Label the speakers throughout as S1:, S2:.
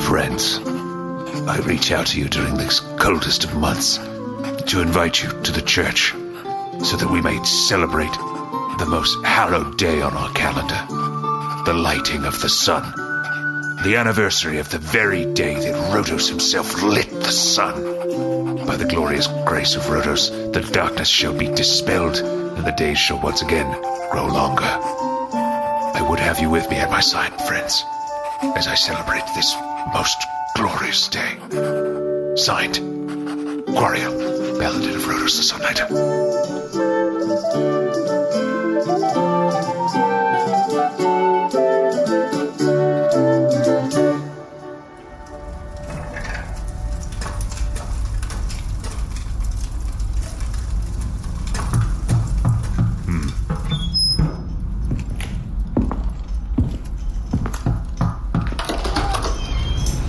S1: friends. I reach out to you during this coldest of months to invite you to the church so that we may celebrate the most hallowed day on our calendar the lighting of the sun. The anniversary of the very day that Rhodos himself lit the sun. By the glorious grace of Rhodos, the darkness shall be dispelled, and the days shall once again grow longer. I would have you with me at my side, friends, as I celebrate this most glorious day. Signed, Quariel, Paladin of Rhodos the Sun Knight.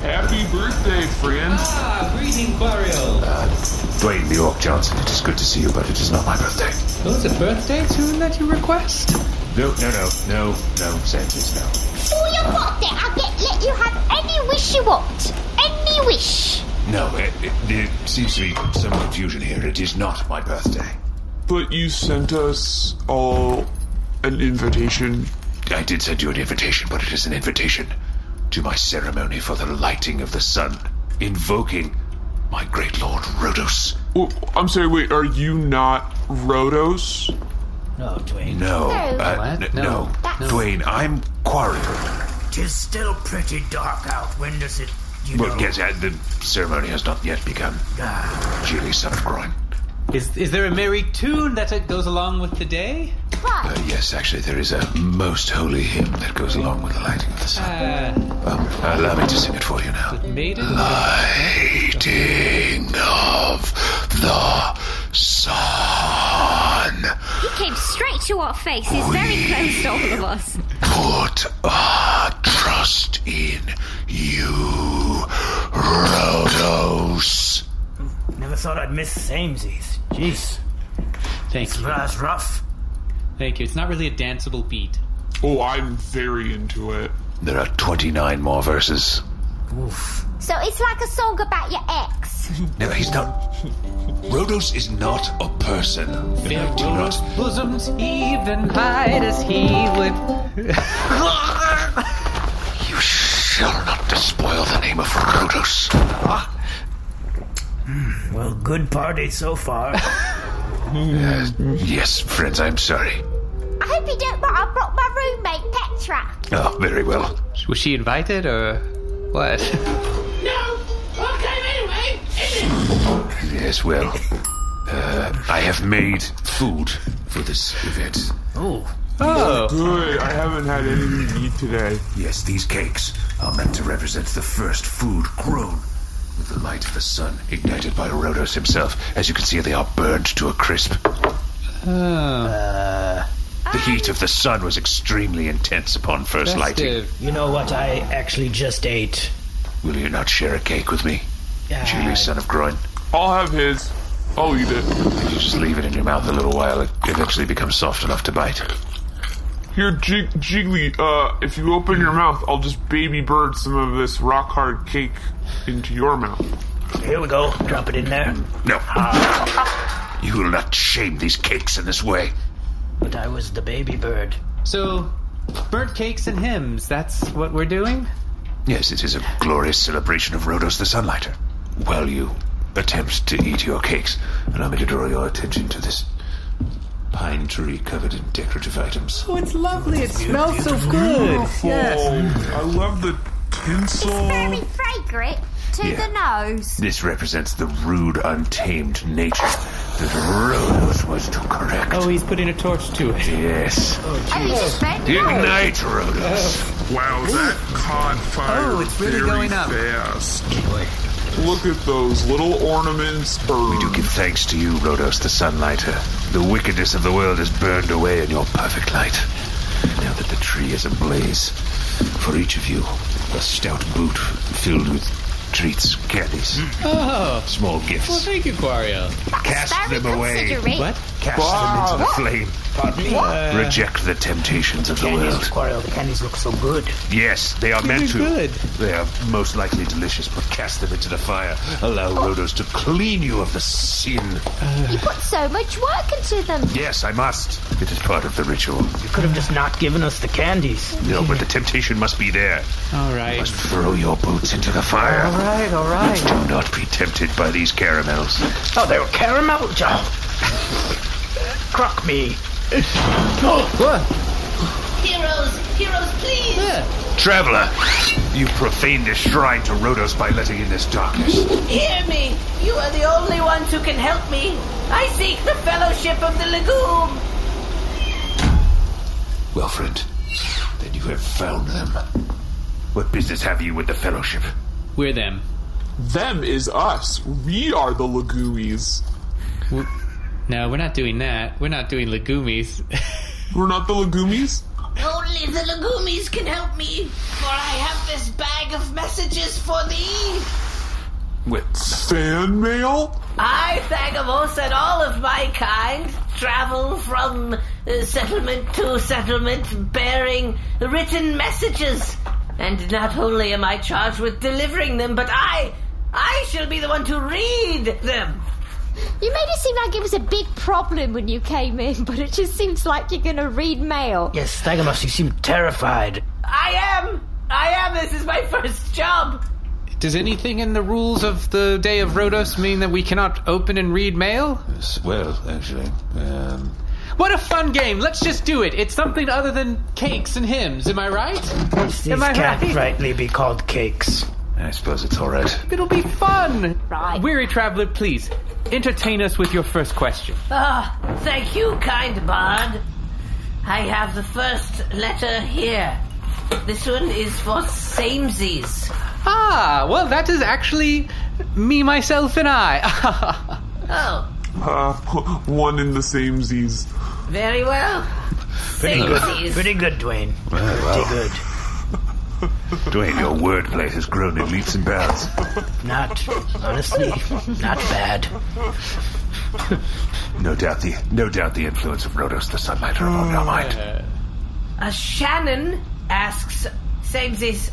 S2: Happy birthday, friend.
S3: Ah, greeting, Burial.
S1: Dwayne the York Johnson, it is good to see you, but it is not my birthday.
S3: Those are birthday tune that you request?
S1: No, no, no, no, no, Sanchez, no.
S4: All your birthday, I'll get let you have any wish you want. Any wish.
S1: No, it, it, there seems to be some confusion here. It is not my birthday.
S2: But you sent us all an invitation.
S1: I did send you an invitation, but it is an invitation to my ceremony for the lighting of the sun, invoking my great lord Rhodos.
S2: Well, I'm sorry, wait, are you not Rhodos?
S5: No, Dwayne.
S1: No, uh,
S5: What?
S1: n- no,
S5: No.
S1: Dwayne, I'm Quarriel.
S6: Tis still pretty dark out. When does it, you
S1: Well,
S6: know? Ah,
S1: yes, uh, the ceremony has not yet begun. Geely, son of Groin.
S3: Is, is there a merry tune that uh, goes along with the day?
S1: Uh, yes, actually, there is a most holy hymn that goes along with the lighting of the sun.
S3: Uh,
S1: Um, allow me to sing it for you now.
S3: maiden?
S1: Lighting of the sun.
S4: He came straight to our face. He's very close to all of us.
S1: Put our trust in you, Rhodos.
S6: Never thought I'd miss Samesies. Jeez,
S3: Thank you.
S6: that's rough.
S3: Thank you. It's not really a danceable beat.
S2: Oh, I'm very into it.
S1: There are 29 more verses.
S6: Oof.
S4: So it's like a song about your ex.
S1: No, he's not. Rhodos is not a person. And I do not.
S3: Bosoms even hide as he would.
S1: You shall not despoil the name of Rhodos.
S6: Well, good party so far.
S1: Yes, friends, I'm sorry.
S4: I hope you don't mind. I brought my roommate Petra.
S1: Oh, very well.
S3: Was she invited or what?
S7: No! Okay, anyway!
S1: Yes, well, uh, I have made food for this event.
S3: Oh,
S2: Good, I haven't had anything to eat today.
S1: Yes, these cakes are meant to represent the first food grown with the light of the sun ignited by Rhodos himself. As you can see, they are burned to a crisp. The heat of the sun was extremely intense upon first lighting.
S3: festive.
S6: you know what I actually just ate? Ah,
S1: Will you not share a cake with me, Julie, son of Groin?
S2: I'll have his. I'll eat it.
S1: If you just leave it in your mouth a little while, it eventually becomes soft enough to bite.
S2: Here, Jig- Jiggly, uh, if you open your mouth, I'll just baby bird some of this rock hard cake into your mouth.
S6: Here we go. Drop it in there.
S1: No. You will not shame these cakes in this way.
S6: But I was the baby bird.
S3: So, bird cakes and hymns. That's what we're doing.
S1: Yes, it is a glorious celebration of Rhodos the Sunlighter. While you attempt to eat your cakes, allow me to draw your attention to this pine tree covered in decorative items.
S3: Oh, it's lovely. It smells so good. Yes.
S2: Oh, I love the tinsel.
S4: Very fragrant to
S1: Yeah.
S4: the nose.
S1: This represents the rude, untamed nature that Rhodos was to correct.
S3: Oh, he's putting a torch to it.
S1: yes.
S4: Oh, he's just very nice.
S1: Ignite Rhodos.
S2: Wow, that caught fire
S3: Oh, it's really
S2: very
S3: going up.
S2: fast. Look at those little ornaments. We
S1: Do give thanks to you, Rhodos the Sunlighter. The wickedness of the world is burned away in your perfect light. Now that the tree is ablaze, for each of you, a stout boot filled with treats, candies,
S3: Oh,
S1: small
S3: well,
S1: gifts.
S3: thank you, Quario.
S1: Cast
S4: Very
S1: them away.
S4: considerate.
S3: What?
S1: Cast them into the flame. Uh,
S6: Pardon me?
S1: Reject the temptations of the
S6: Candies,
S1: world.
S6: Quarrel, the candies look so good.
S1: Yes, they are meant to.
S5: They're good.
S1: They are most likely delicious, but cast them into the fire. Allow Rhodos to clean you of the sin.
S4: You put so much work into them.
S1: Yes, I must. It is part of the ritual.
S6: You could have just not given us the candies.
S1: No, but the temptation must be there.
S3: All right.
S1: Throw your boots into the fire.
S3: All right, all right.
S1: Do not be tempted by these caramels.
S6: Oh, they were caramel. Oh. Crock me.
S3: What?
S7: Heroes, heroes, please!
S1: Traveler, you profane this shrine to Rhodos by letting in this darkness.
S7: Hear me! You are the only ones who can help me! I seek the fellowship of the legume!
S1: Well, friend, then you have found them. What business have you with the Fellowship?
S3: We're them.
S2: Them is us. We are the Laguies.
S3: No, we're not doing that. We're not doing legumes.
S2: We're not the Lagumies?
S7: Only the legumes can help me, for I have this bag of messages for thee!
S1: With
S2: Fan mail?
S7: I, Thagamos, and all of my kind travel from uh, settlement to settlement bearing written messages. And not only am I charged with delivering them, but I, I shall be the one to read them.
S4: You made it seem like it was a big problem when you came in, but it just seems like you're gonna read mail.
S6: Yes, Stagamos, you seem terrified.
S7: I am, I am, this is my first job.
S3: Does anything in the rules of the Day of Rhodos mean that we cannot open and read mail?
S1: well, actually, um,
S3: What a fun game! Let's just do it. It's something other than cakes and hymns. Am I right?
S6: These
S3: Am I
S6: can't
S3: right?
S6: rightly be called cakes.
S1: I suppose it's all right.
S3: It'll be fun.
S4: Right.
S3: Weary traveler, please entertain us with your first question.
S7: Ah, thank you, kind bard. I have the first letter here. This one is for Samesies.
S3: Ah, well, that is actually me, myself, and I.
S7: Oh,
S2: Uh, one in the same Z's.
S7: Very well.
S6: Pretty good.
S7: Samesies.
S6: Pretty good, Dwayne. Pretty good.
S1: Dwayne, your wordplay has grown in leaps and bounds.
S6: Not, honestly, not bad.
S1: No doubt the no doubt the influence of Rhodos the Sunlighter upon your mind.
S7: Uh, Shannon asks, Samesies,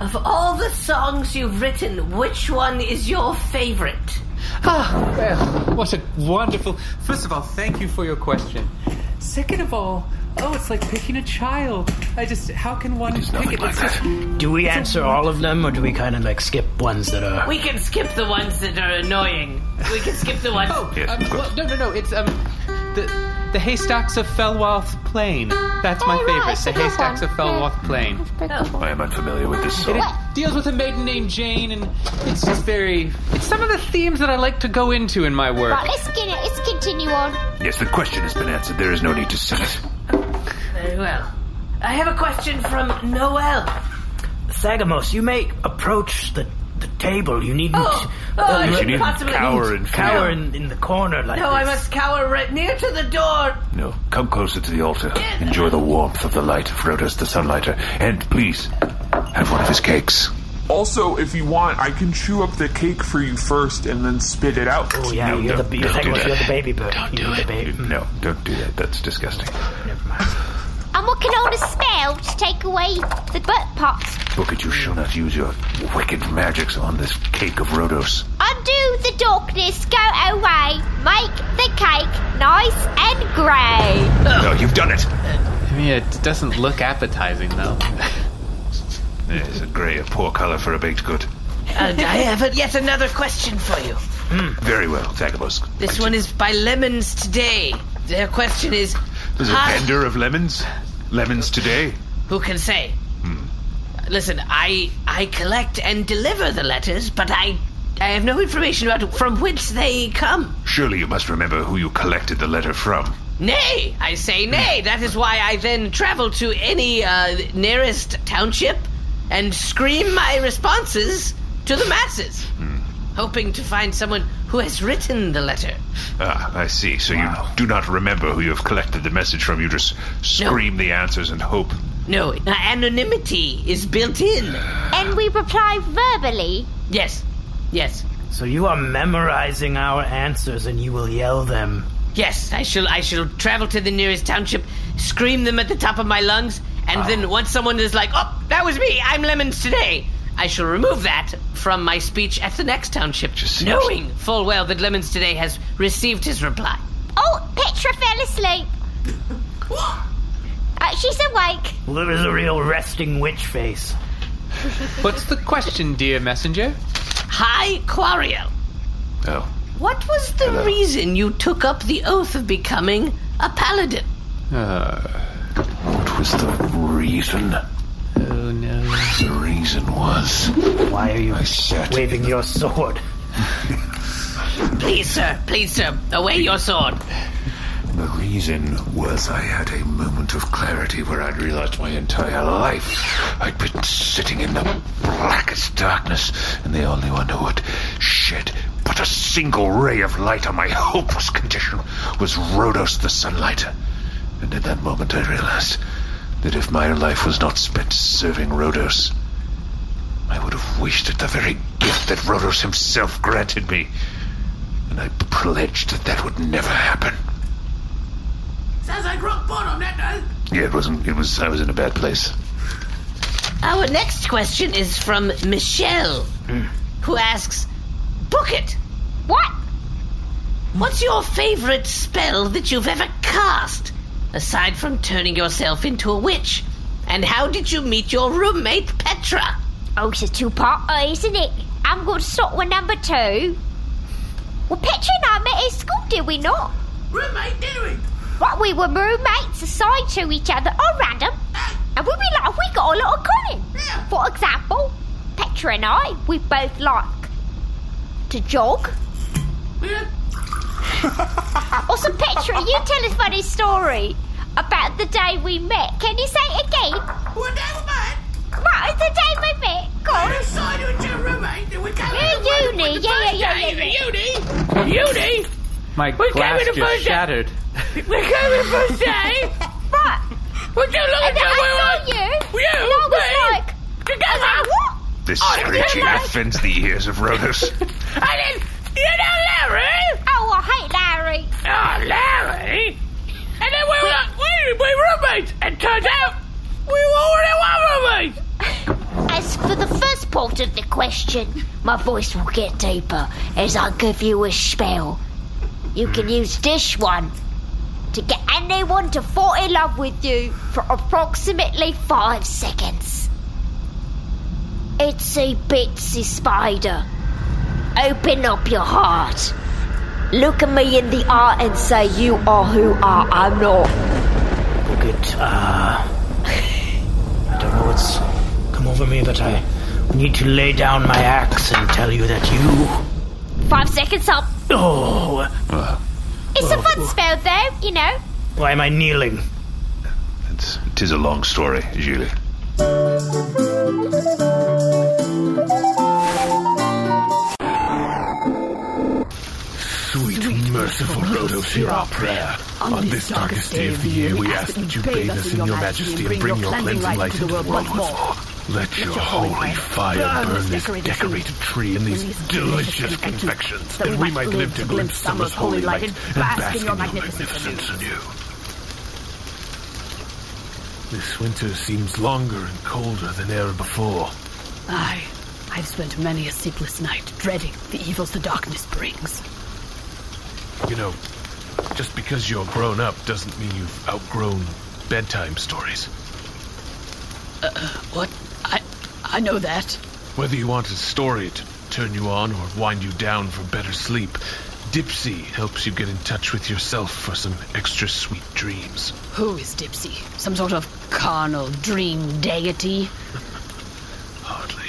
S7: of all the songs you've written, which one is your favorite?
S3: Ah, well, what a wonderful. First of all, thank you for your question. Second of all, oh, it's like picking a child. I just, how can one
S1: It's nothing like that.
S6: Do we answer all of them, or do we kind of like skip ones that are?
S7: We can skip the ones that are annoying. We can skip the ones.
S3: Oh,
S1: Yes,
S3: um,
S1: of course.
S3: well, no, no, no. It's um, the the haystacks of Felwarth Plain. That's my
S4: Oh, right,
S3: favorite.
S4: it's
S3: the
S4: a good
S3: haystacks
S4: one.
S3: of Felwarth Plain.
S1: I am unfamiliar with this
S3: And
S1: song.
S3: it deals with a maiden named Jane, and it's just very. It's some of the themes that I like to go into in my work.
S4: Right, let's get it. Let's continue on.
S1: Yes, the question has been answered. There is no need to sell it.
S7: Very well. I have a question from Noel.
S6: Sagamos, you may approach the, the table. You needn't uh,
S7: Oh, oh, I
S1: You
S7: should
S1: need
S7: possibly.
S1: cower and
S6: cower in, in the corner like
S7: No, Oh, I
S6: this.
S7: must cower right near to the door.
S1: No, come closer to the altar. Enjoy the warmth of the light of Rhodos the Sunlighter, and please have one of his cakes.
S2: Also, if you want, I can chew up the cake for you first and then spit it out.
S6: Oh yeah,
S1: No,
S6: you're,
S1: no,
S6: the, you're,
S1: don't do
S6: Sagamos,
S1: that.
S6: you're the baby bird.
S1: Don't
S6: you're
S1: do
S6: the
S1: it.
S6: baby- mm,
S1: No, don't do that. That's disgusting.
S6: never mind.
S4: And what can all the spell to take away the butt parts?
S1: Look at you shall not use your wicked magics on this cake of Rhodos.
S4: Undo the darkness, go away, make the cake nice and grey.
S1: No, you've done it.
S3: I mean, it doesn't look appetizing though.
S1: It's a grey, a poor colour for a baked good.
S7: And Uh, I have yet another question for you.
S1: Very well, Thagabos.
S7: This one is by Lemons Today. Their question is
S1: There's a
S7: Hi.
S1: vendor of lemons. Lemons today.
S7: Who can say? Listen, I I collect and deliver the letters, but I I have no information about from whence they come.
S1: Surely you must remember who you collected the letter from.
S7: Nay, I say nay. That is why I then travel to any uh, nearest township and scream my responses to the masses, hoping to find someone who has written the letter.
S1: Ah, I see. So you do not remember who you have collected the message from. You just scream the answers and hope.
S7: No, anonymity is built in.
S4: And we reply verbally.
S7: Yes, yes.
S6: So you are memorizing our answers, and you will yell them.
S7: Yes, I shall. I shall travel to the nearest township, scream them at the top of my lungs, and
S1: Ah.
S7: then once someone is like, "Oh, that was me. I'm lemons today," I shall remove that from my speech at the next township,
S1: Just seems-
S7: knowing full well that lemons today has received his reply.
S4: Oh, Petra fell asleep. Uh, she's awake.
S6: Well, there is a real resting witch face.
S3: What's the question, dear messenger?
S7: Hi, Quario.
S1: Oh.
S7: What was the
S1: Hello.
S7: reason you took up the oath of becoming a paladin?
S3: Oh,
S1: What was the reason?
S3: oh no.
S1: The reason was
S6: Why are you
S1: I sat
S6: waving your sword?
S7: Please, sir. Please, sir. Away your sword.
S1: The reason was I had a moment of clarity where I'd realized my entire life I'd been sitting in the blackest darkness, and the only one who had shed but a single ray of light on my hopeless condition was Rhodos the Sunlighter. And in that moment I realized that if my life was not spent serving Rhodos, I would have wasted the very gift that Rhodos himself granted me. And I pledged that that would never happen.
S5: Sounds like rock bottom, that does.
S1: Yeah, it wasn't. It was. I was in a bad place.
S7: Our next question is from Michelle,
S1: Hmm.
S7: who asks, Book it.
S4: What?
S7: What's your favorite spell that you've ever cast, aside from turning yourself into a witch? And how did you meet your roommate, Petra?
S4: Oh, it's a two-parter, isn't it? I'm going to start with number two. Well, Petra and I met at school, did we not?
S5: Roommate, did we?
S4: Right, we were roommates assigned to each other on random, and we realised we got a lot of common.
S5: Yeah.
S4: For example, Petra and I, we both like to jog.
S5: Yeah.
S4: Also, Petra, you tell us a funny story about the day we met. Can you say it again?
S5: Well, that was mine.
S4: Right, the day we met. Go on.
S5: I saw you with your roommate, and we came
S4: Yeah,
S5: to the room
S4: uni.
S5: with the
S4: Yeah,
S5: first
S4: yeah,
S5: day.
S4: yeah, yeah, yeah.
S7: Uni!
S3: My glass
S7: coming to
S3: just
S7: find out.
S3: shattered.
S7: We're coming for day!
S4: Right.
S7: We're too long
S4: And then I saw you. And I was like,
S7: together!
S4: what?
S1: This
S7: Oh,
S1: screeching
S7: damn it.
S1: offends the ears of Rhodos.
S7: I did You know Larry?
S4: Oh, I hate Larry.
S7: Oh, Larry! And then we were, we, we were roommates, and turns out we were already roommates!
S4: As for the first part of the question, my voice will get deeper as I give you a spell. You can use this one to get anyone to fall in love with you for approximately five seconds. Itsy bitsy spider, open up your heart. Look at me in the eye and say, You are who I am not.
S6: Look at, uh. I don't know what's come over me, but I need to lay down my axe and tell you that you.
S4: Five seconds up.
S6: Oh,
S4: It's a fun spell, though, you know.
S6: why am I kneeling?
S1: it's, it is a long story, Julie.
S8: Sweet, merciful Rhodos, hear our prayer. On this darkest day of the year, we ask that you bathe us in your majesty and bring your cleansing light into the world once more. Let your holy fire burn this decorated tree and these delicious confections, that we might live to glimpse summer's holy light and bask in your magnificence anew. This winter seems longer and colder than ever before.
S9: Aye. I've spent many a sleepless night dreading the evils the darkness brings.
S8: You know, just because you're grown up doesn't mean you've outgrown bedtime stories.
S9: What? I I know that.
S8: Whether you want a story to turn you on or wind you down for better sleep, Dipsy helps you get in touch with yourself for some extra sweet dreams.
S9: Who is Dipsy? Some sort of carnal dream deity?
S8: Hardly.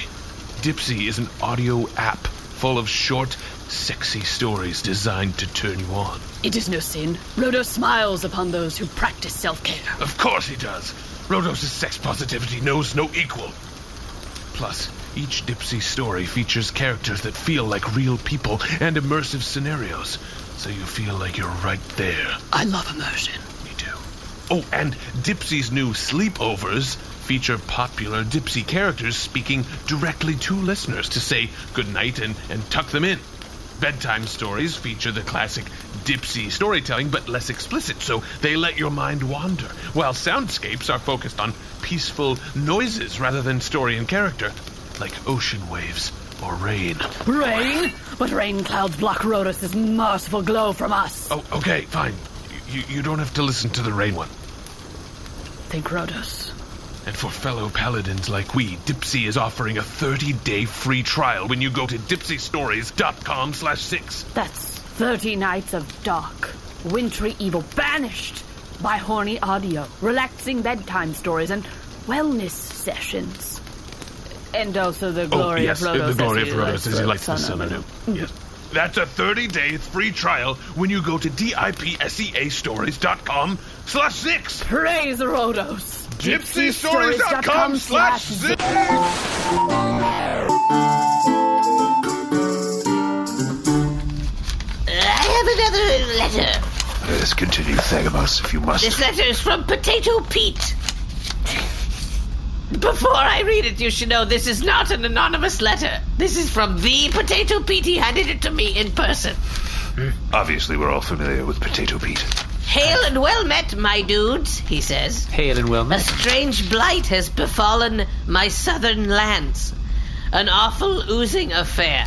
S8: Dipsy is an audio app full of short, sexy stories designed to turn you on.
S9: It is no sin. Rhodo smiles upon those who practice self-care.
S8: Of course he does. Rhodos' sex positivity knows no equal. Plus, each Dipsy story features characters that feel like real people and immersive scenarios, so you feel like you're right there.
S9: I love immersion.
S8: Me too. Oh, and Dipsy's new sleepovers feature popular Dipsy characters speaking directly to listeners to say goodnight and, and tuck them in.
S10: Bedtime stories feature the classic Dipsy storytelling, but less explicit, so they let your mind wander, while soundscapes are focused on peaceful noises rather than story and character, like ocean waves or rain.
S9: Rain? But rain clouds block Rhodos's merciful glow from us.
S10: Oh, okay, fine. You, you don't have to listen to the rain one.
S9: Think Rhodos.
S10: And for fellow paladins like we, Dipsy is offering a 30-day free trial when you go to dipsystories.com slash six.
S9: That's 30 nights of dark, wintry evil banished by horny audio, relaxing bedtime stories, and wellness sessions. And also the glory
S10: Oh, yes,
S9: of Rhodos.
S10: the glory
S9: as
S10: of
S9: he
S10: Rhodos as he likes the sun, I know. Yes. That's a 30-day free trial when you go to E dipseastories.com slash six.
S9: Praise Rhodos!
S10: Dipsystories.com slash
S9: zip!
S7: I have another letter.
S1: Let's continue, Thagamos, if you must.
S7: This letter is from Potato Pete. Before I read it, you should know this is not an anonymous letter. This is from the Potato Pete. He handed it to me in person.
S1: Obviously, we're all familiar with Potato Pete.
S7: Hail and well met, my dudes, he says.
S3: Hail and well
S7: A strange blight has befallen my southern lands. An awful, oozing affair.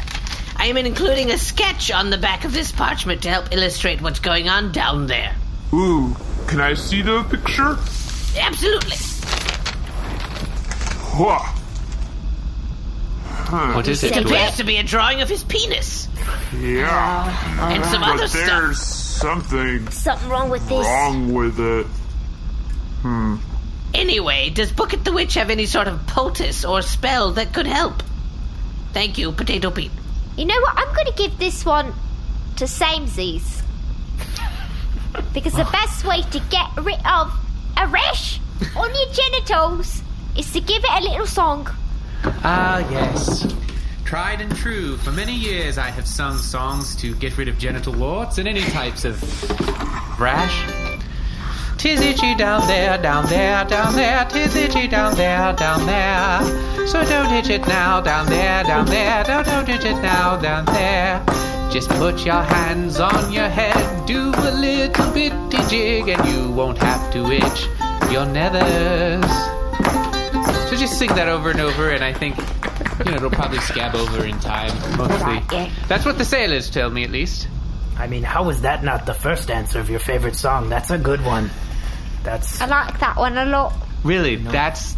S7: I am including a sketch on the back of this parchment to help illustrate what's going on down there.
S2: Ooh, can I see the picture?
S7: Absolutely.
S2: Whoa. Huh.
S3: What is it?
S7: It appears to be a drawing of his penis.
S2: Yeah.
S7: And some
S2: but
S7: other stuff.
S2: there's something
S4: Something wrong with this.
S2: wrong with it. Hmm.
S7: Anyway, does Bucket the Witch have any sort of poultice or spell that could help? Thank you, Potato Pete.
S4: You know what? I'm going to give this one to Samesies. Because the best way to get rid of a rash on your genitals is to give it a little song.
S3: Ah, yes. Tried and true, for many years I have sung songs to get rid of genital warts and any types of rash. Tis itchy down there, down there, down there, tis itchy down there, down there. So don't itch it now, down there, down there, don't, don't itch it now, down there. Just put your hands on your head, do a little bitty jig, and you won't have to itch your nethers. So just sing that over and over, and I think you know it'll probably scab over in time. Mostly, that's what the sailors tell me, at least.
S6: I mean, how was that not the first answer of your favorite song? That's a good one. That's
S4: I like that one a lot.
S3: Really, that's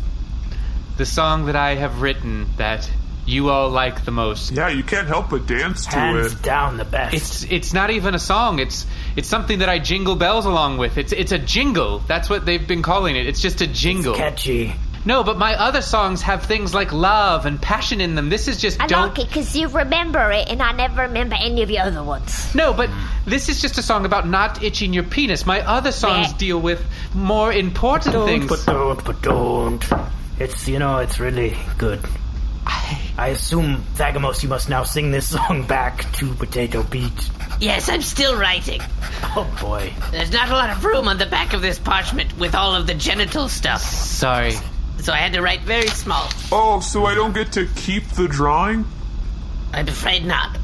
S3: the song that I have written that you all like the most.
S2: Yeah, you can't help but dance to
S6: hands
S2: it.
S6: down the best.
S3: It's it's not even a song. It's it's something that I jingle bells along with. It's it's a jingle. That's what they've been calling it. It's just a jingle.
S6: catchy.
S3: no, but my other songs have things like love and passion in them. This is just
S4: I
S3: don't
S4: like it because you remember it, and I never remember any of the other ones.
S3: No, but this is just a song about not itching your penis. My other songs
S4: Meh.
S3: deal with more important
S6: Don't,
S3: things.
S6: but don't, but don't. It's, you know, it's really good. I assume, Thagamos, you must now sing this song back to Potato Pete.
S7: Yes, I'm still writing.
S6: Oh boy.
S7: There's not a lot of room on the back of this parchment with all of the genital stuff,
S3: Sorry.
S7: so I had to write very small.
S2: Oh, so I don't get to keep the drawing?
S7: I'm afraid not.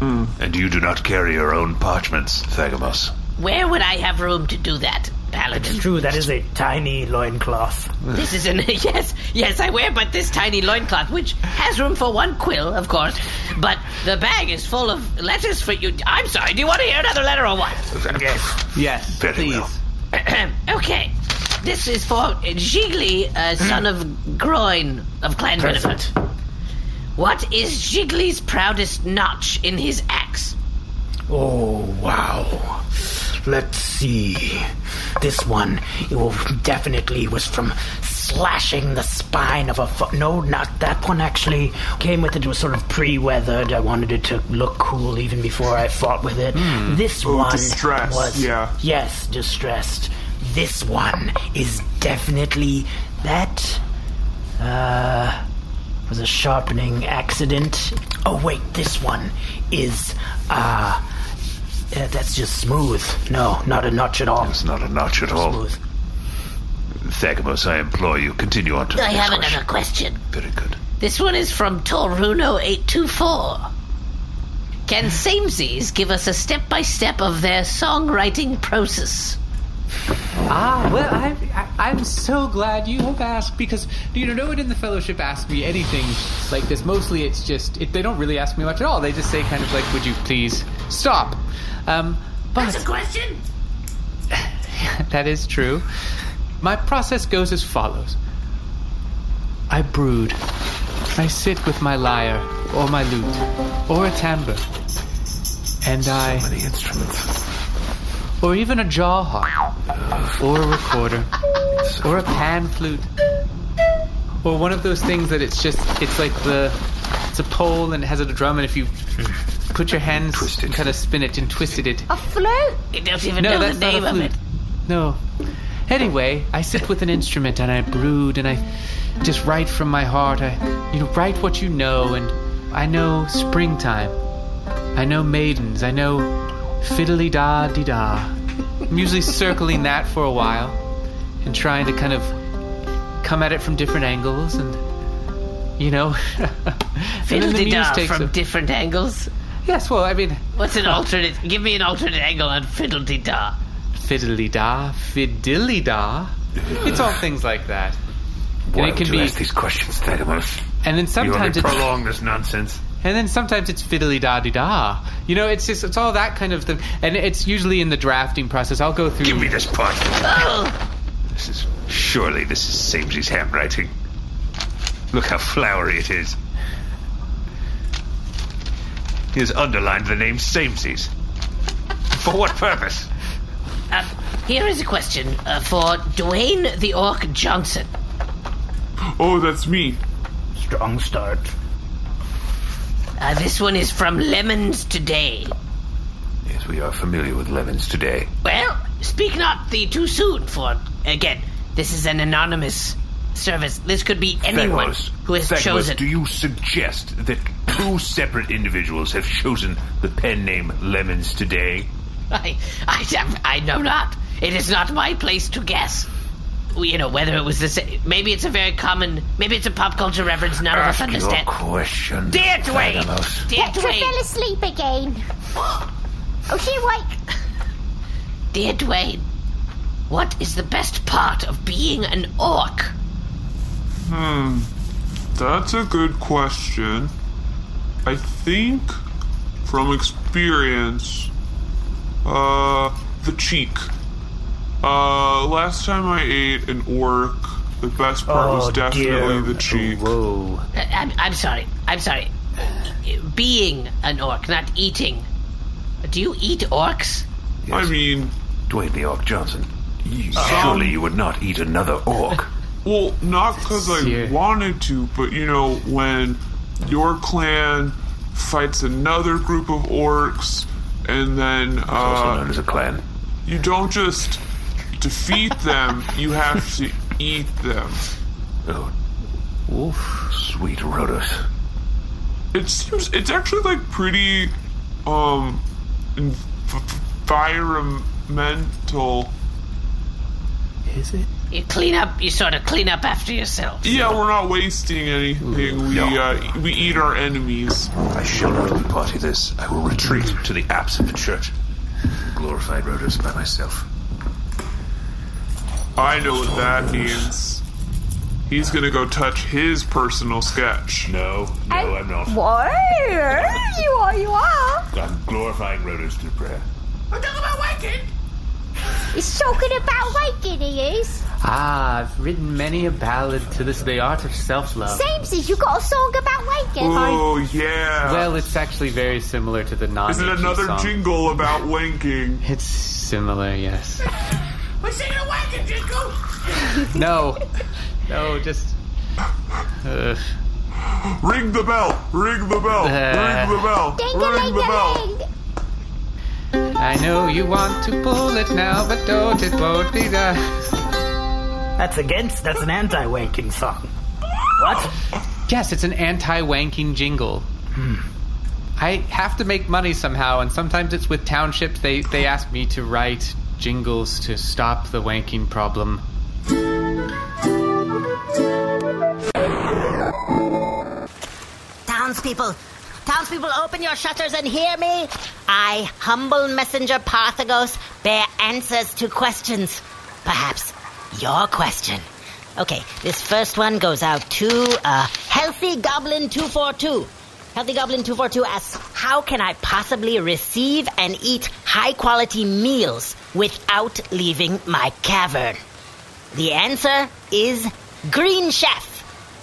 S1: And you do not carry your own parchments, Thagamos.
S7: Where would I have room to do that, Paladin?
S6: True, that is a tiny loincloth.
S7: This is an yes, yes, I wear but this tiny loincloth, which has room for one quill, of course. But the bag is full of letters for you. I'm sorry. Do you want to hear another letter or what?
S3: Yes,
S1: Very
S3: please.
S1: well.
S7: okay. This is for Gigli, uh, son of Groin of Clan Benefit. What is Gigli's proudest notch in his axe?
S6: Oh, wow. Let's see. This one it will- definitely was from slashing the spine of a fo- no, not that one actually. Came with it, it was sort of pre-weathered. I wanted it to look cool even before I fought with it. This one
S2: distressed,
S6: was
S2: yeah.
S6: yes, distressed. This one is definitely that uh was a sharpening accident. Oh wait, this one is uh, uh that's just smooth. No, not a notch at all.
S1: It's not a notch at all.
S6: Smooth.
S1: Thagamos, I implore you, continue on to the
S7: I
S1: next
S7: have
S1: question.
S7: another question.
S1: Very good.
S7: This one is from Toruno824. Can Samesies give us a step by step of their songwriting process?
S3: Ah, well, I, I, I'm so glad you have asked because you know no one in the fellowship asked me anything like this. Mostly, it's just it, they don't really ask me much at all. They just say kind of like, "Would you please stop?" Um, but
S5: That's a question.
S3: that is true. My process goes as follows I brood. I sit with my lyre, or my lute, or a tambour. And I. So many instruments. Or even a jaw harp, or a recorder, or a pan flute, or one of those things that it's just, it's like the. It's a pole and it has a drum, and if you put your hands and kind of spin it and twisted it,
S7: A flute? You don't even know the name
S3: not a
S7: of
S3: flute.
S7: it.
S3: No. Anyway, I sit with an instrument and I brood and I just write from my heart. I, you know, write what you know, and I know springtime. I know maidens. I know fiddly da dee da. I'm usually circling that for a while and trying to kind of come at it from different angles and, you know. And then the muse
S7: Fiddle-de-da
S3: takes
S7: from
S3: over.
S7: different angles.
S3: Yes, well, I mean.
S7: What's an alternate? Give me an alternate angle on fiddle de da.
S3: fiddly da, fiddly da. It's all things like that.
S1: Why
S3: and it
S1: would
S3: can
S1: you
S3: be,
S1: ask these questions, Thanatos?
S3: and then
S1: you
S3: sometimes
S1: only
S3: it's
S1: prolong this nonsense.
S3: and then sometimes it's fiddly da dee da. You know, it's just it's all that kind of thing, and it's usually in the drafting process. I'll go through.
S1: Give me this part.
S7: Oh,
S1: This is surely this is Samesy's handwriting. Look how flowery it is. He has underlined the name Samesy's. For what purpose?
S7: um, here is a question uh, for Dwayne the Orc Johnson.
S2: Oh, that's me.
S6: Strong start.
S7: Uh, this one is from Lemons Today.
S1: Yes, we are familiar with lemons today.
S7: Well, speak not thee too soon, for again, this is an anonymous service. This could be anyone
S1: Thanatos,
S7: who has
S1: Thanatos,
S7: chosen.
S1: do you suggest that two separate individuals have chosen the pen name Lemons today?
S7: I, I, I know not. It is not my place to guess. You know whether it was the same. Maybe it's a very common. Maybe it's a pop culture reference. None of us
S1: Ask your
S7: understand.
S1: question.
S7: Dear Dwayne,
S1: Thanatos.
S7: dear
S4: Petra
S7: Dwayne,
S4: fell asleep again. Oh, she awake?
S7: dear Dwayne, what is the best part of being an orc?
S2: Hmm. That's a good question. I think, from experience, uh, the cheek. Uh, last time I ate an orc, the best part was definitely the cheek.
S6: Oh, Whoa.
S7: I, I'm, I'm sorry. I'm sorry. Being an orc, not eating. Do you eat orcs?
S2: I mean,
S1: Dwayne the Orc Johnson. you- Surely you would not eat another orc.
S2: Well, not because I
S3: Sincere.
S2: wanted to, but you know, when your clan fights another group of orcs, and then
S1: also
S2: uh,
S1: known as a clan.
S2: you don't just defeat them, you have to eat them.
S1: Oh, sweet Rhodos.
S2: It seems it's actually like pretty um environmental.
S3: Is it?
S7: You clean up. You sort of clean up after yourself.
S2: Yeah, we're not wasting anything. We
S1: No.
S2: uh, we eat our enemies.
S1: I shall not be party to this. I will retreat to the apse of the church. Glorified Rhodos by myself.
S2: I know what that means. He's gonna go touch his personal sketch.
S1: No, no, I'm not.
S4: Why? oh. You are, you are.
S1: I'm glorifying Rhodos through prayer.
S5: We're talking about waking.
S4: He's talking about waking, he is.
S3: Ah, I've written many a ballad to this the art of self love.
S4: Samesies, you got a song about waking?
S2: Oh yeah.
S3: Well, it's actually very similar to the non.
S2: is it another
S3: song.
S2: jingle about wanking?
S3: It's similar, yes.
S5: We're singing a wagon, Jingle.
S3: No, no, just. Uh,
S2: Ring the bell! Ring the bell!
S1: Uh.
S2: ring the bell! Ring the bell!
S4: Ding-a-ling-a-ling.
S3: I know you want to pull it now, but don't it won't be the.
S6: That's against. That's an anti-wanking song. What?
S3: Yes, it's an anti-wanking jingle. Hmm. I have to make money somehow, and sometimes it's with townships. They they ask me to write jingles to stop the wanking problem.
S11: Townspeople, Townspeople, open your shutters and hear me. I, humble messenger Parthagos, bear answers to questions. Perhaps your question. Okay, this first one goes out to uh, Healthy Goblin 242. Healthy Goblin 242 asks, How can I possibly receive and eat high quality meals without leaving my cavern? The answer is Green Chef.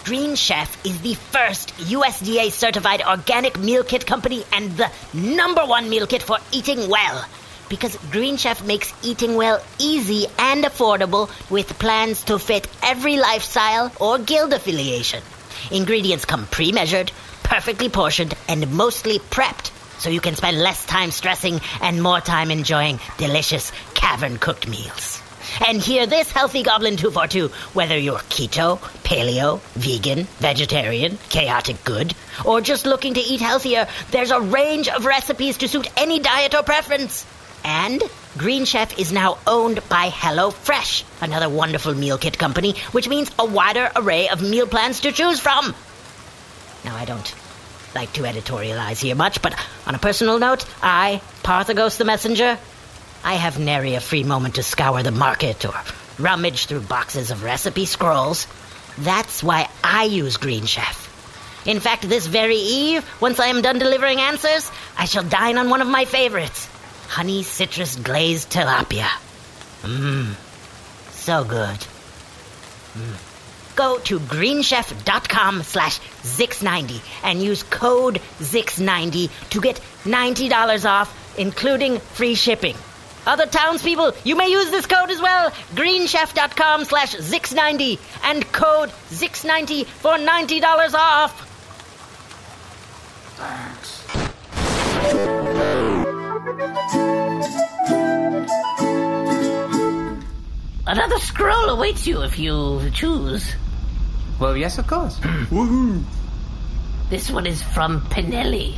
S11: Green Chef is the first USDA certified organic meal kit company and the number one meal kit for eating well. Because Green Chef makes eating well easy and affordable with plans to fit every lifestyle or guild affiliation. Ingredients come pre measured, perfectly portioned, and mostly prepped, so you can spend less time stressing and more time enjoying delicious cavern cooked meals. And hear this healthy goblin 242 whether you're keto, paleo, vegan, vegetarian, chaotic good, or just looking to eat healthier, there's a range of recipes to suit any diet or preference. And Green Chef is now owned by HelloFresh, another wonderful meal kit company, which means a wider array of meal plans to choose from. Now, I don't like to editorialize here much, but on a personal note, I, Parthagos the Messenger, I have nary a free moment to scour the market or rummage through boxes of recipe scrolls. That's why I use Green Chef. In fact, this very eve, once I am done delivering answers, I shall dine on one of my favorites honey citrus glazed tilapia. Mmm, so good. Mm. Go to greenchef.com slash Zix90 and use code Zix90 to get $90 off, including free shipping. Other townspeople, you may use this code as well. Greenchef.com slash Zix90 and code Zix90 for $90 off.
S7: Another scroll awaits you if you choose.
S3: Well, yes, of course.
S7: This one is from Pinelli.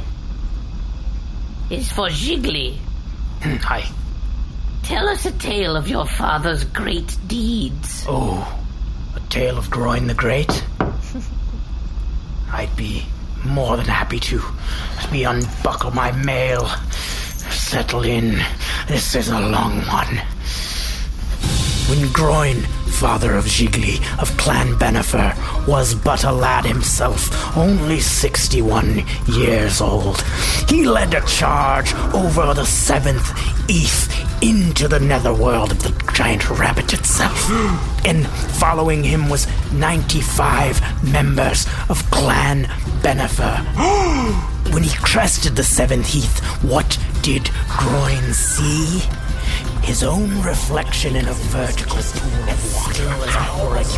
S7: It's for Gigli.
S6: Hi.
S7: Tell us a tale of your father's great deeds.
S6: Oh, a tale of Groin the Great? I'd be more than happy to. Let me unbuckle my mail. Settle in. This is a long one. When Groin, father of Gigli of Clan Benefer, was but a lad himself, only 61 years old, he led a charge over the seventh East into the netherworld of the giant rabbit itself. And following him was 95 members of Clan Benefer. when he crested the seventh heath, what did Groin see? his own reflection in a vertical pool of water. How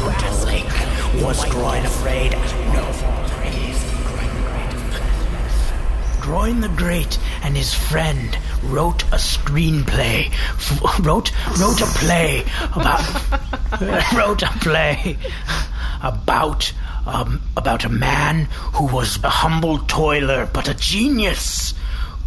S6: lake was Groin afraid? No, praise Groin the Great and his friend wrote a screenplay, f- wrote wrote a play about wrote a play about um, about a man who was a humble toiler but a genius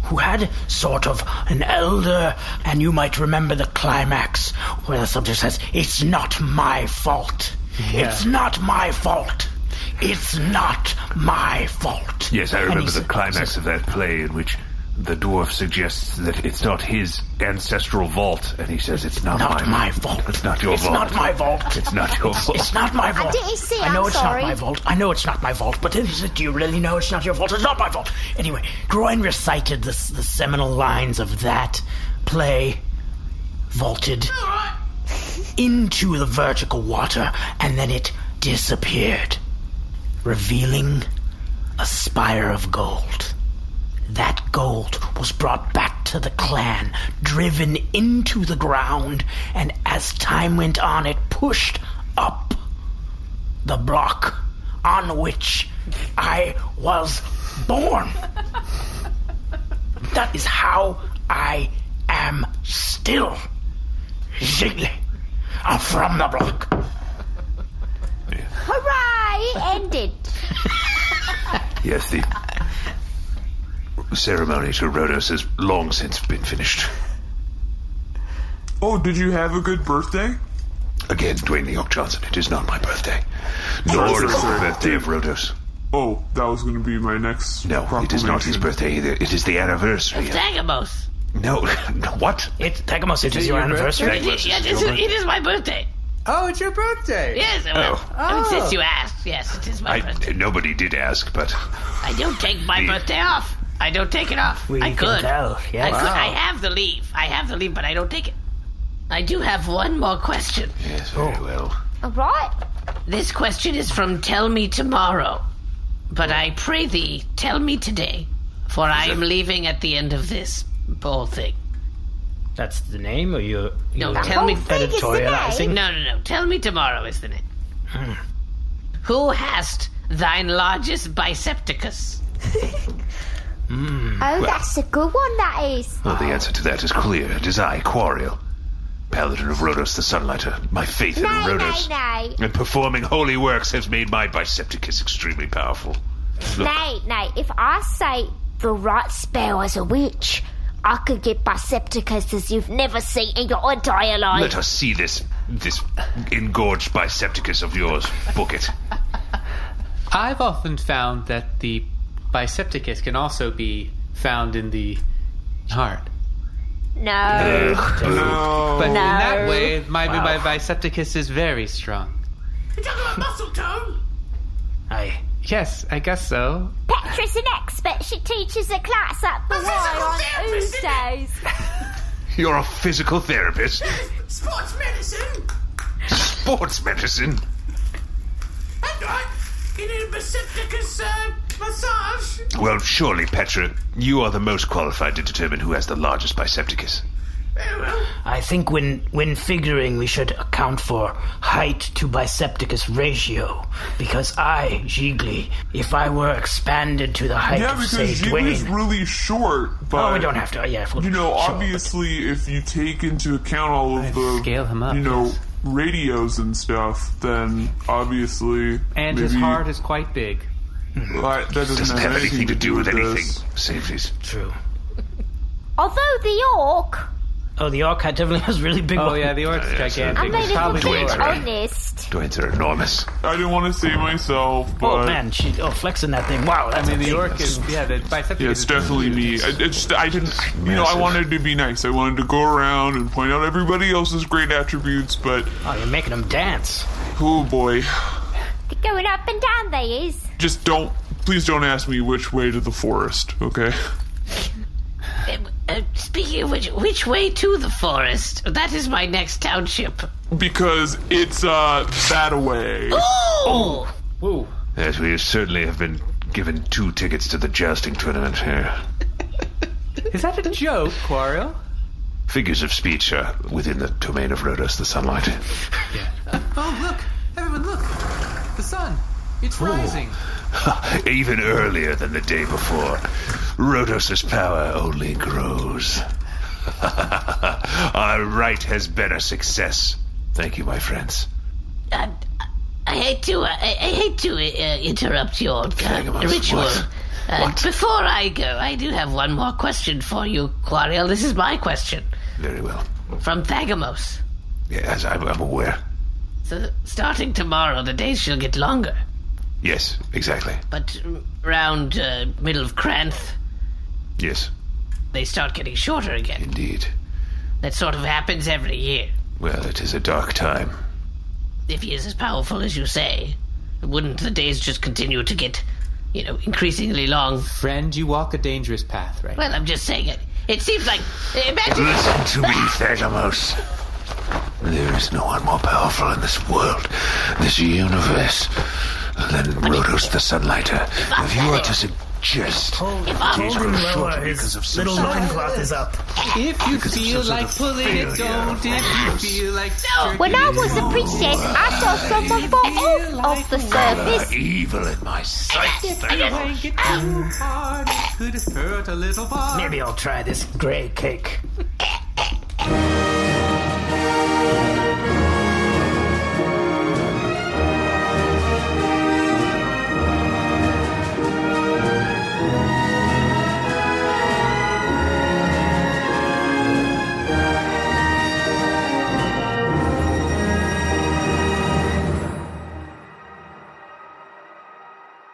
S6: who had sort of an elder, and you might remember the climax where the subject says, It's not my fault.
S8: Yeah.
S6: It's not my fault. It's not my fault.
S1: Yes, I
S6: And
S1: remember
S6: he's-
S1: the climax of that play in which the dwarf suggests that it's not his ancestral vault, and he says it's not,
S6: Not
S1: my,
S6: my vault.
S1: It's not your
S6: It's
S1: vault.
S6: not my vault.
S1: It's not your
S6: It's-
S1: vault.
S6: It's not my
S1: I
S6: vault.
S1: didn't see,
S6: know
S1: I'm
S6: it's
S1: sorry.
S6: not my vault. I know it's not my vault, but is it, do you really know it's not your vault? It's not my vault. Anyway, Groin recited the, s- the seminal lines of that play, vaulted into the vertical water, and then it disappeared, revealing a spire of gold. That gold was brought back to the clan, driven into the ground, and as time went on, it pushed up the block on which I was born. that is how I am still. Ziggly. I'm from the block.
S4: Hooray! It ended.
S1: Yes, the ceremony to Rhodos has long since been finished.
S2: Oh, did you have a good birthday?
S1: Again, Dwayne the Oak Johnson, it is not my birthday. Nor is it the birthday of Rhodos.
S2: Oh, that was going to be my next.
S1: No, it is not his birthday either. It is the anniversary.
S7: Tagamos.
S1: No, what?
S6: It's Tegamos, it is your anniversary.
S7: It is, yes, it is- it is my birthday.
S3: Oh, it's your birthday.
S7: Yes, well,
S1: Oh.
S7: oh. since you asked, yes, it is my
S1: I,
S7: birthday.
S1: nobody did ask, but
S7: I don't take my birthday off. I don't take it off.
S1: We
S7: I
S1: can
S7: could.
S1: tell, yes.
S7: I could.
S1: Wow.
S7: I have the leave. I have the leave, but I don't take it. I do have one more question.
S1: Yes, very well.
S7: All right.
S4: Oh,
S7: This question is from Tell Me Tomorrow, but I pray thee, tell me today, for I am leaving at the end of this whole thing.
S6: That's the name, or you?
S7: No,
S6: you
S7: tell me
S6: editorializing.
S7: No, no, no. Tell me tomorrow is the name. Who hast thine largest bicepticus?
S1: Mm.
S4: Oh,
S1: well,
S4: that's a good one, that is.
S1: well, the answer to that is clear. It is I, Quariel, Paladin of Rhodos the Sunlighter. My faith in
S4: No, no,
S1: Rhodos
S4: no.
S1: and performing holy works has made my Bicepticus extremely powerful. Look,
S4: Nay, nay, if I say the right spell as a witch, I could get Bicepticus as you've never seen in your entire life.
S1: let us see this this engorged Bicepticus of yours. Book it.
S3: I've often found that the bicepticus can also be found in the heart.
S4: No.
S3: But in that
S4: No.
S3: way, my, my bicepticus is very strong.
S5: You're talking about muscle tone?
S3: I. Yes, I guess so.
S4: Petra's an expert. She teaches a class at the Y on Tuesdays.
S1: You're a physical therapist,
S5: Sports medicine?
S1: sports medicine.
S5: And I, you need a Pacificus uh, massage?
S1: Well, surely, Petra, you are the most qualified to determine who has the largest Bicepticus.
S6: I think when when figuring, we should account for height to bicepticus ratio, because I, Gigli, if I were expanded to the height
S2: yeah,
S6: of
S2: because
S6: say
S2: Jimmy's
S6: Dwayne, oh,
S2: really
S1: Oh,
S2: short. But
S6: we don't have to- yeah,
S2: you know,
S6: sure, but-
S2: obviously, if you take into account all of the scale him up, you know, radios and stuff, then obviously,
S3: And his
S2: maybe-
S3: heart is quite big.
S2: Like, that doesn't,
S1: Doesn't have anything to do with anything, save his.
S6: True.
S4: Although the orc,
S6: oh, the orc had definitely has really big.
S3: Oh,
S6: one.
S3: yeah, the orc's
S4: I mean, if we're being honest,
S1: Dwayne's are enormous.
S2: I didn't want to say myself, but
S6: Oh man, she oh flexing that thing. Wow, that's
S2: mean,
S6: a
S2: the
S6: big-
S2: orc is-
S3: Yeah, the bicepticus.
S2: Yeah, it's definitely me. I, it's, I didn't, you know, I wanted to be nice. I wanted to go around and point out everybody else's great attributes, but
S6: oh, you're making them dance.
S2: Oh boy,
S4: going up and down they is.
S2: just don't. Please don't ask me which way to the forest. Okay.
S7: Uh, uh, speaking of which, which way to the forest? That is my next township.
S2: Because it's uh that away.
S7: Oh,
S3: Woo.
S1: Yes, we certainly have been given two tickets to the jousting tournament here.
S3: Is that a joke, Quarrel?
S1: Figures of speech are within the domain of Rhodos the Sunlight.
S3: Oh, look! Everyone, look! The sun! It's rising!
S1: Even earlier than the day before, Rhodos' power only grows. Our right has been a success. Thank you, my friends.
S7: Uh, I hate to, uh, I, I hate to uh, interrupt your uh,
S1: Tagamas,
S7: ritual.
S1: what?
S7: Uh, Before I go, I do have one more question for you, Quariel. This is my question
S1: Very well.
S7: from Thagamos.
S1: Yes, I'm, I'm aware.
S7: So, starting tomorrow, the days shall get longer.
S1: Yes, exactly.
S7: But um, round uh, middle of Cranth,
S1: Yes,
S7: they start getting shorter again.
S1: indeed.
S7: That sort of happens every year.
S1: Well, it is a dark time.
S7: If he is as powerful as you say, wouldn't the days just continue to get, you know, increasingly long?
S3: Friend, you walk a dangerous path, right?
S7: Well, I'm just saying it. It seems like imagine.
S1: Listen to me, Thagamos. There is no one more powerful in this world, this universe, than Rhodos the Sunlighter. If you are to suggest the days grow shorter because of some
S6: little
S1: sort of
S6: loincloth is up.
S3: If you
S1: Because it's
S3: feel
S1: some sort
S3: like
S1: of
S3: pulling it,
S1: failure
S3: don't. If you feel like. jerking
S4: When I
S3: it,
S4: was a
S3: don't.
S4: princess, I saw someone for all of the
S1: color
S4: service.
S1: evil in my sight, Thagamos.
S3: Take it too hard, it could hurt a little bar.
S6: Maybe I'll try this gray cake.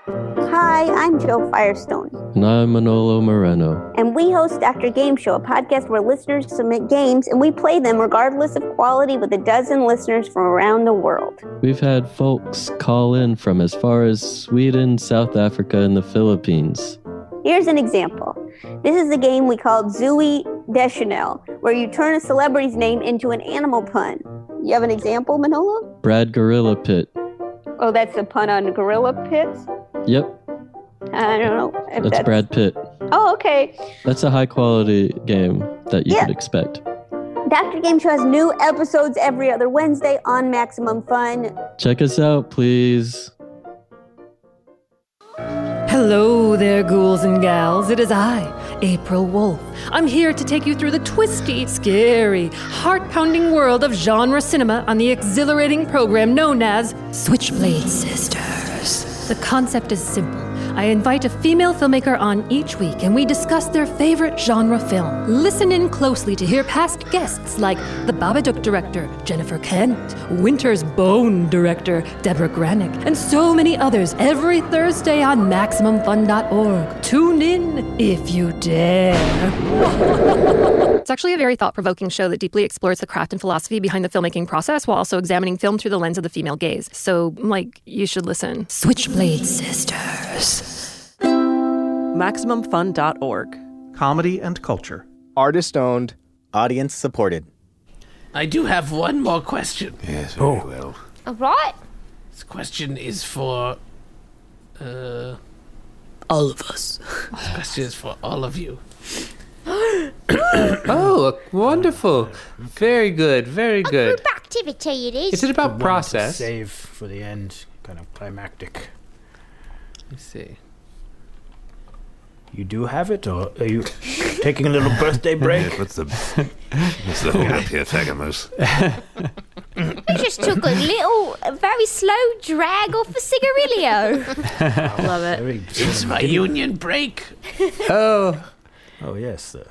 S12: Game Show Firestone.
S13: And I'm Manolo Moreno.
S12: And we host After Game Show, a podcast where listeners submit games and we play them regardless of quality with a dozen listeners from around the world.
S13: We've had folks call in from as far as Sweden, South Africa, and the Philippines.
S12: Here's an example. This is a game we called Zooey Deschanel, where you turn a celebrity's name into an animal pun. You have an example, Manolo?
S13: Brad Gorilla Pit.
S12: Oh, that's a pun on gorilla pits.
S13: Yep,
S12: I don't know. if
S13: that's Brad Pitt.
S12: Oh, okay.
S13: That's a high quality game that you could expect.
S12: Dr. Game Show has new episodes every other Wednesday on Maximum Fun.
S13: Check us out, please.
S14: Hello there, ghouls and gals. It is I, April Wolf. I'm here to take you through the twisty, scary, heart pounding world of genre cinema on the exhilarating program known as Switchblade Sisters. The concept is simple. I invite a female filmmaker on each week and we discuss their favorite genre film. Listen in closely to hear past guests like the Babadook director, Jennifer Kent, Winter's Bone director, Deborah Granick, and so many others every Thursday on MaximumFun.org. Tune in if you dare.
S15: It's actually a very thought provoking show that deeply explores the craft and philosophy behind the filmmaking process while also examining film through the lens of the female gaze. So, like, you should listen.
S14: Switchblade Sisters.
S16: MaximumFun.org. Comedy and culture.
S17: Artist owned, audience supported.
S18: I do have one more question.
S17: Yes, very well.
S19: All right.
S18: This question is for uh, all of us. this question is for all of you.
S3: oh, wonderful. Very good, very good.
S4: Activity it is.
S3: Is it about
S6: The one to
S3: process?
S6: Save for the end, kind of climactic.
S3: Let's see.
S6: You do have it, or are you taking a little birthday break?
S1: What's the what's the hold up here, Thagamos?
S19: You just took a little, a very slow drag off a cigarillo.
S18: Love it. It's my union break.
S3: Oh.
S6: Oh yes, sir.